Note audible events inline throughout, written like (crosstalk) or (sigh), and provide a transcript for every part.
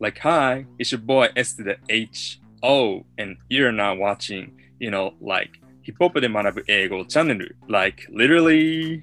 like, hi, it's your boy S to the H O, and you're now watching, you know, like, ヒップホップで学ぶ英語チャンネル、like, literally.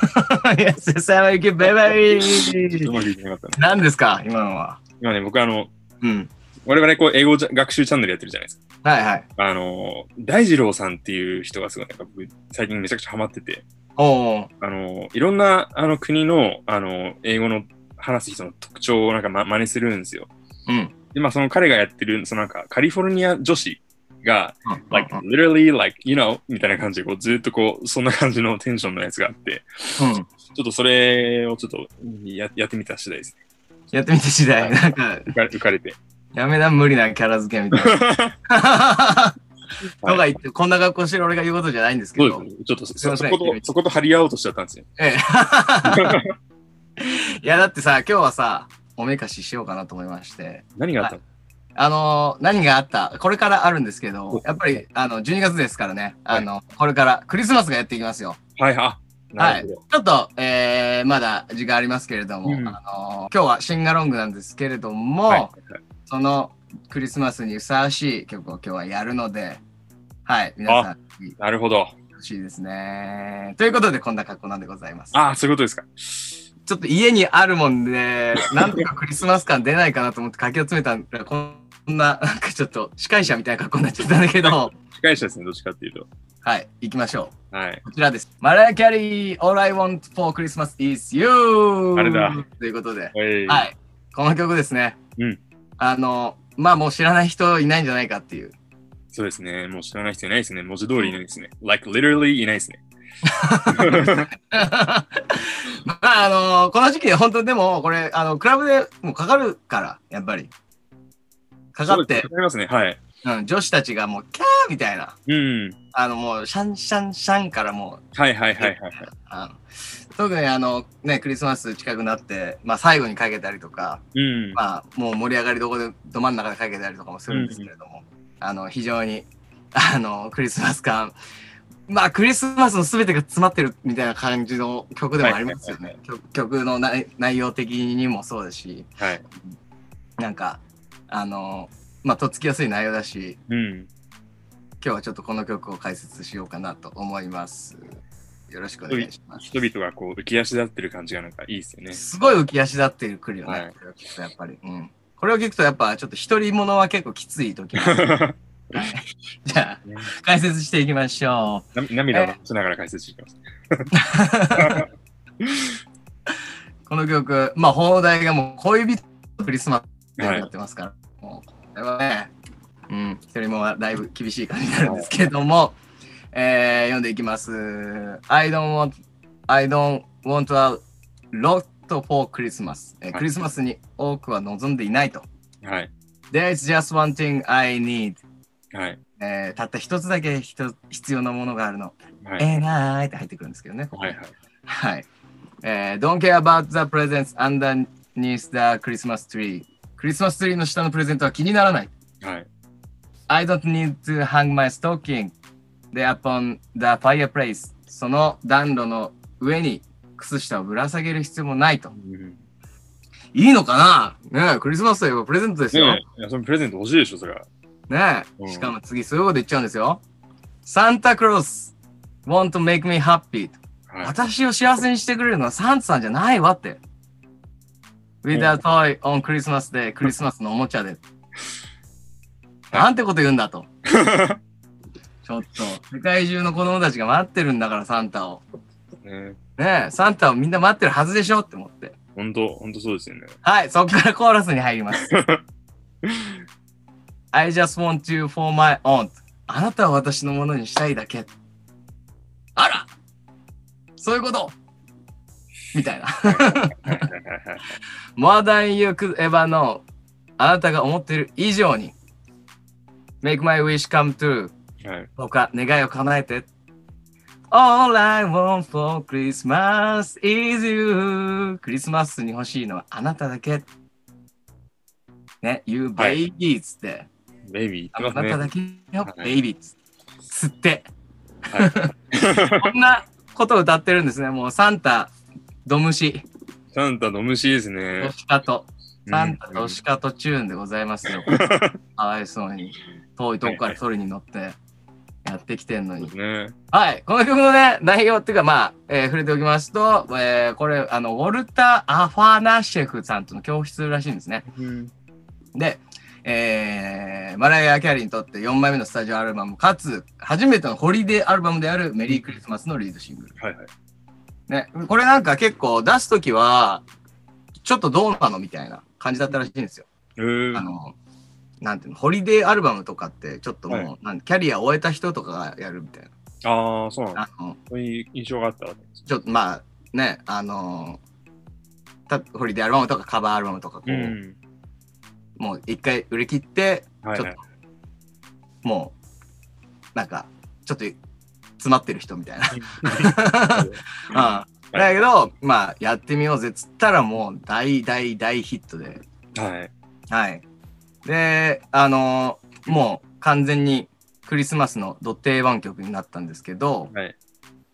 (laughs) yes, thank you, baby. ちょっとうまくいかなかったね何ですか今のは。今ね、 (laughs) 僕あの、うん。我々こう英語じゃ学習チャンネルやってるじゃないですか。はいはい。あの、大二郎さんっていう人がすごい、なんか僕、最近めちゃくちゃハマってて、おーあの、いろんなあの国の、あの、英語の話す人の特徴をなんか、ま、真似するんですよ。うん。で、まあ、その彼がやってる、そのなんか、カリフォルニア女子が、うん。 like, literally, like, you know, みたいな感じで、こう、ずっとこう、そんな感じのテンションのやつがあっ (laughs) て、うん。ちょっとそれをちょっとややってみた次第です。やってみて次第、なんか、浮 (laughs) か浮かれて。やめな、無理なキャラ付けみたい (laughs) な。とかはい言って、こんな格好してる俺が言うことじゃないんですけそうど。ですね。ちょっとそすいませそんこと、そこと張り合おうとしちゃったんですよ。ええ。 (laughs) いや、だってさ、今日はさ、おめかししようかなと思いまして。何があったのあのー何があったこれからあるんですけおど、やっぱり、あの、12月ですからね、あの、これからクリスマスがやっていきますよ。はい、あ、なるほど。ちょっと、えー、まだ時間ありますけれども、うんあのー今日はシンガロングなんですけれども、はい。そのクリスマスにふさわしい曲を今日はやるので、はい、皆さん、よなるほど。ろしいですね。ということで、こんな格好なんでございます。ああ、そういうことですか。ちょっと家にあるもんで、なんとかクリスマス感出ないかなと思って書き集めたら、こんな、 (laughs) なんかちょっと司会者みたいな格好になっちゃったんだ (laughs) けど、司会者ですね、どっちかっていうと。はい、行きましょう。はい。こちらです。マライア・キャリー、All I Want for Christmas is You! あれだということで、はいは。い、この曲ですね。うんあの、まあもう知らない人いないんじゃないかっていう。 (laughs) そうですね。もう知らない人いないですね。文字通りいないですね。like literally いないですね。 (laughs) まああのこの時期本当でもこれあのクラブでもうかかるからやっぱりかかってそうですねか、かりますね。はい。うん、女子たちがもうキャーみたいなうん。あのもうシャンシャンシャンからもうはいはいはいはい。あの特にあのねクリスマス近くなって、まあ、最後にかけたりとか、うん。まあ、もう盛り上がりどこでど真ん中でかけたりとかもするんですけれども、あの非常にあのクリスマス感まあクリスマスの全てが詰まってるみたいな感じの曲でもありますよね、はい曲曲の内内容的にもそうですしはい。なんかあのまあとっつきやすい内容だしうん。今日はちょっとこの曲を解説しようかなと思いますよろしくお願いします人々がこう浮き足立ってる感じがなんかいいですよね。すごい浮き足立ってくるよね、はいこれを聞くとやっぱり、うん、これを聞くとやっぱちょっと独り者は結構きつい (laughs) 時もあるじゃねあ、解説していきましょな (laughs) 涙を流しながら解説していきます。う。この曲、まあ、放題がもう恋人のクリスマスにはいなってますから、もう、これはね、うん、一人もはだいぶ厳しい感じになるんですけれども、えー読んでいきます。I don't want, I don't want a lot for Christmas、えはーいクリスマスに多くは望んでいないと。はい。 There's just one thing I need、はい。えーたった一つだけひと必要なものがあるの。はい。えーなーいって入ってくるんですけどね。ここはねい。はい。はい。えー Don't care about the presents underneath the Christmas tree. クリスマスツリーの下のプレゼントは気にならない。はい。 I don't need to hang my stocking there upon the fireplace. その暖炉の上に靴下をぶら下げる必要もないとう。んいいのかなねえ、クリスマスといえばプレゼントですよ。ねねえいや、そのプレゼント欲しいでしょ、それは。うえ。んしかも次そういうこと言っちゃうんですよ。Santa Claus want to make me happy. はい。私を幸せにしてくれるのはサンタさんじゃないわって。With a toy on Christmas (laughs) Day, クリスマスのおもちゃで。なんてこと言うんだ (laughs) と。ちょっと、世界中の子供たちが待ってるんだから、サンタを。ねねえ、サンタをみんな待ってるはずでしょって思って。ほんと、ほんとそうですよね。はい、そっからコーラスに入ります。I just want you for my own. あなたは私のものにしたいだけ。あらそういうことみたいな。 (laughs) はいはいはいはい。 More than you could ever know あなたが思っている以上に Make my wish come true はい、僕は願いを叶えて All I want for Christmas is you クリスマスに欲しいのはあなただけね You はい baby っつって、ベイビーあ言なってまただけよ、はい baby っつつってす (laughs) ね。こんなことを歌ってるんですねもうサンタドムシサンタの虫ですねロ。シカとサンタとシカとチューンでございます (laughs) よ。かわいそうに。遠いとこから取りに乗ってやってきてんのに。ね。はい。この曲のね、内容っていうか、まあ、えー触れておきますと、えーこれ、あの、ウォルター・アファナシェフさんとの教室らしいんですね。で、えーマライア・キャリーにとって4枚目のスタジオアルバム、かつ、初めてのホリデーアルバムであるメリークリスマスのリードシングル。はいはい。ね、これなんか結構出すときは、ちょっとどうなのみたいな感じだったらしいんですよ。えーあの、なんていうの、ホリデーアルバムとかって、ちょっともう、はなんキャリア終えた人とかがやるみたいああ、そうなんだ。な。あのそういう印象があったわけです。ちょっとまあね、あのたホリデーアルバムとかカバーアルバムとかこう、うん。もう一回売り切って、はいはい。もう、なんか、ちょっと詰まってる人みたいな。 (laughs) うん、だけど、まあ、やってみようぜっつったら、もう大大大ヒットで。はい。はい。で、あのもう完全にクリスマスのド定番曲になったんですけど、はい。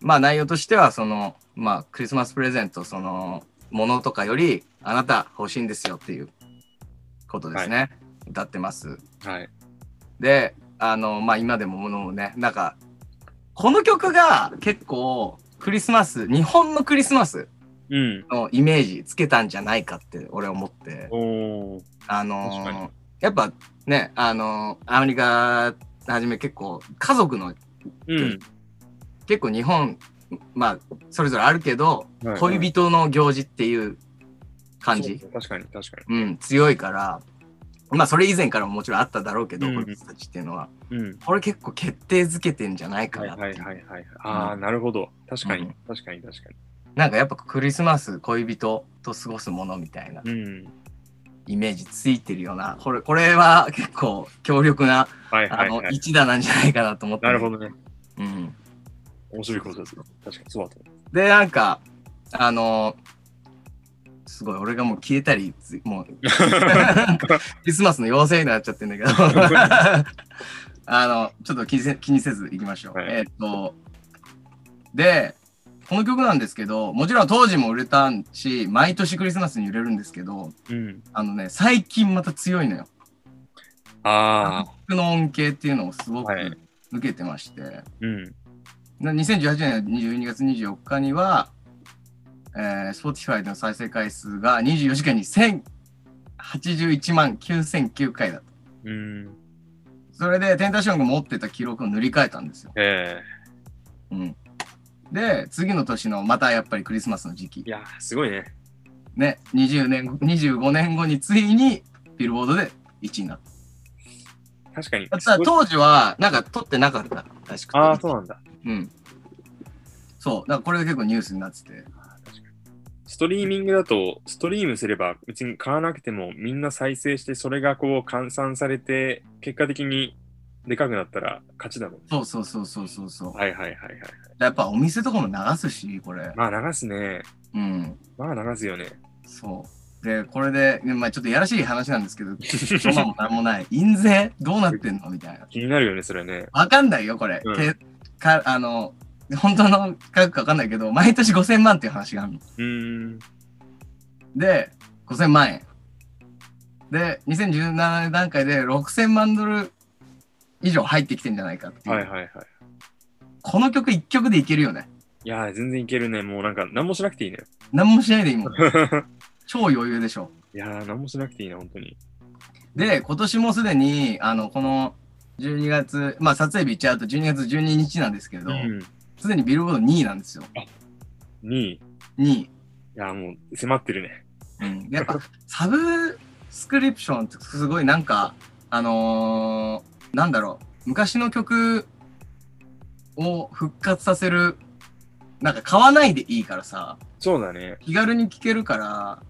まあ内容としてはその、まあ、クリスマスプレゼントそのものとかよりあなた欲しいんですよっていうことですね、歌ってますはい。であのまあ今でもものもねなんかこの曲が結構クリスマス日本のクリスマスうん。のイメージつけたんじゃないかって俺思っておー。あ確かにのやっぱねあのアメリカはじめ結構家族のうん。結構日本まあそれぞれあるけどはいはい恋人の行事っていう感そうじそ、う確かに、確かうん、強いから、まあそれ以前からももちろんあっただろうけど、うんこの人たちっていうのは、に。うん。これ結構決定づけてんじゃないかはいなっはいていう、はいはい。ああ、なるほど。確かうにん、確かに、確かなんかやっぱクリスマス恋人と過ごすものみたいなに。うん。イメージついてるような、これこれは結構強力な、はいはあいの、はい。一打なんじゃないかなと思って、なるほどね。ど。うん。面白いことですよ。確かに、そうだと思で、なんか、あの、すごい、俺がもう消えたり、つ (laughs) もうクリスマスの妖精になっちゃってんだ (laughs) けど。あの、ちょっと気にせ気にせず行きましょう。はいえーっと、で、この曲なんですけど、もちろん当時も売れたし、毎年クリスマスに売れるんですけど、う。うん。あのね、最近また強いのよ。ああ、曲の恩恵っていうのをすごくはい受けてまして、うん。な2018年の12月24日には、えー、Spotify での再生回数が24時間に1081万9009回だった。うん。それで、テンタションが持ってた記録を塗り替えたんですよ。えうん。で、次の年の、またやっぱりクリスマスの時え。い期。やー、すごいね。ね、20年後、25年後についに、ビルボードで1位になっ確かに。た。ただ、当時は、なんか取ってなかった。確かああ、そうなんだ。うん。そう。だからこれが結構ニュースになってて。ストリーミングだと、ストリームすれば別に買わなくてもみんな再生して、それがこう換算されて、結果的にでかくなったら勝ちだもん。そうそうそうそうそうそう。はいはいはいはい。やっぱお店とかも流すし、これ。まあ流すね。うん。まあ流すよね。そう。で、これで、ねまあちょっとやらしい話なんですけど、ロマンもなんもない。 (laughs) 印税どうなってんのみたいな。気になるよね、それね。わかんないよ、これ。うんけかあの、本当の価格かわかんないけど、毎年5000万っていう話があるの。うーん。で、5000万円。で、2017年段階で6000万ドル以上入ってきてんじゃないかっていうはいはいはい。この曲1曲でいけるよね。いやー、全然いけるね。もうなんか何もしなくていいね。何もしないでいい (laughs) もん。超余裕でしょ。いやー、何もしなくていいな、本当に。で、今年もすでに、あの、この12月、まあ撮影日言っちゃうと12月12日なんですけど、うん。すでにビルボード2位なんですよ。 2位。い2位。やー、もう迫ってるね。うんやっぱサブスクリプションってすごいなんかあのーなんだろう昔の曲を復活させるなんか買わないでいいからさそうだね。気軽に聴けるから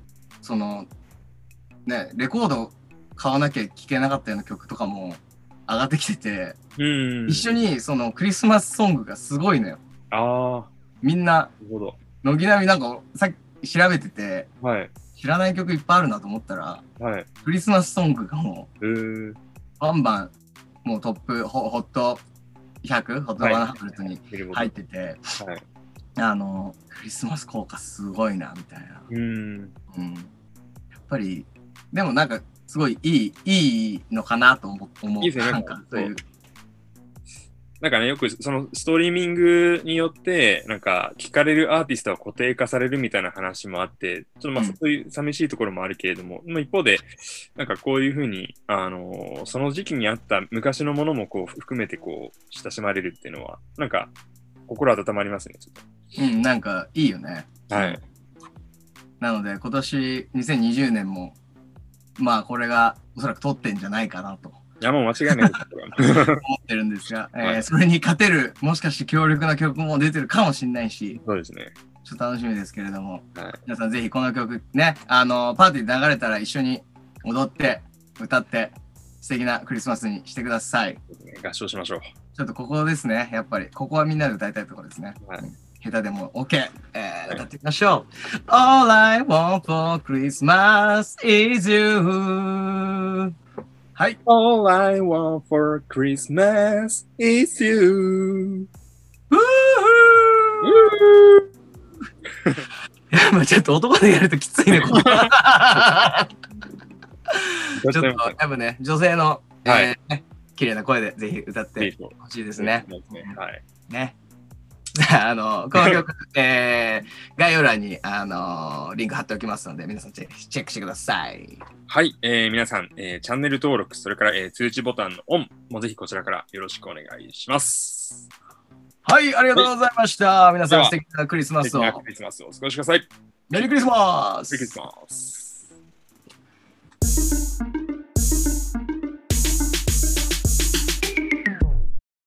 そのねレコード買わなきゃ聴けなかったような曲とかも上がってきてて、うん。一緒。にそのクリスマスソングがすごいのよあー、なみんなるほど。軒並みなんかさっき調べててはい。知らない曲いっぱいあるなと思ったらはい。クリスマスソングがもううー。バンバンもうトップホホット100ホット100に見ること入ってて、はい。あのクリスマス効果すごいなみたいな、うーん。うん、やっぱりでもなんか、すごいいい、いいのかなと思う。思ういいですねなんなかん、かそういう。なんかね、よくそのストリーミングによって、なんか聞かれるアーティストは固定化されるみたいな話もあって、ちょっとまあうんそういう寂しいところもあるけれども、まあ一方で、なんかこういうふうに、あのーその時期にあった昔のものもこう含めてこう親しまれるっていうのは、なんか心温まりますね、ちょっうん、なんか、いいよね。と。はい。なので、今年2020年も、まあ、これがおそらく取ってんじゃないかなと思いや、もう間違いないですこれはってるんですが、えーはいそれに勝てる、もしかして強力な曲も出てるかもしれないし、 (laughs) そうですね。ちょっと楽しみですけれども、はい皆さんぜひこの曲ね、あの、パーティーで流れたら一緒に踊って、歌って、素敵なクリスマスにしてください。合唱しましょう。ちょっとここですね、やっぱり。ここはみんなで歌いたいところですね。はい下手でも OK、えはー。い歌っていきましょう。All I want for Christmas is you. はい。 All I want for Christmas is you. ウーフーいや、まあちょっと男でやるときついね、ここちょっと、多分ね、女性の、はいえーね綺麗な声でぜひ歌ってほしいですね。はい。ね。 (laughs) じゃあ、あの、この (laughs) 曲、えー、概要欄に、あのリンク貼っておきますので、皆さんチェックチェックしてください。はい、えー皆さん、えーチャンネル登録、それから、えー通知ボタンのオンもぜひこちらからよろしくお願いします。はい、ありがとうございました。皆さではん、素敵なクリスマ素ス敵を。なクリスマスをお過ごしください。メメリークリスマスリークリスマス。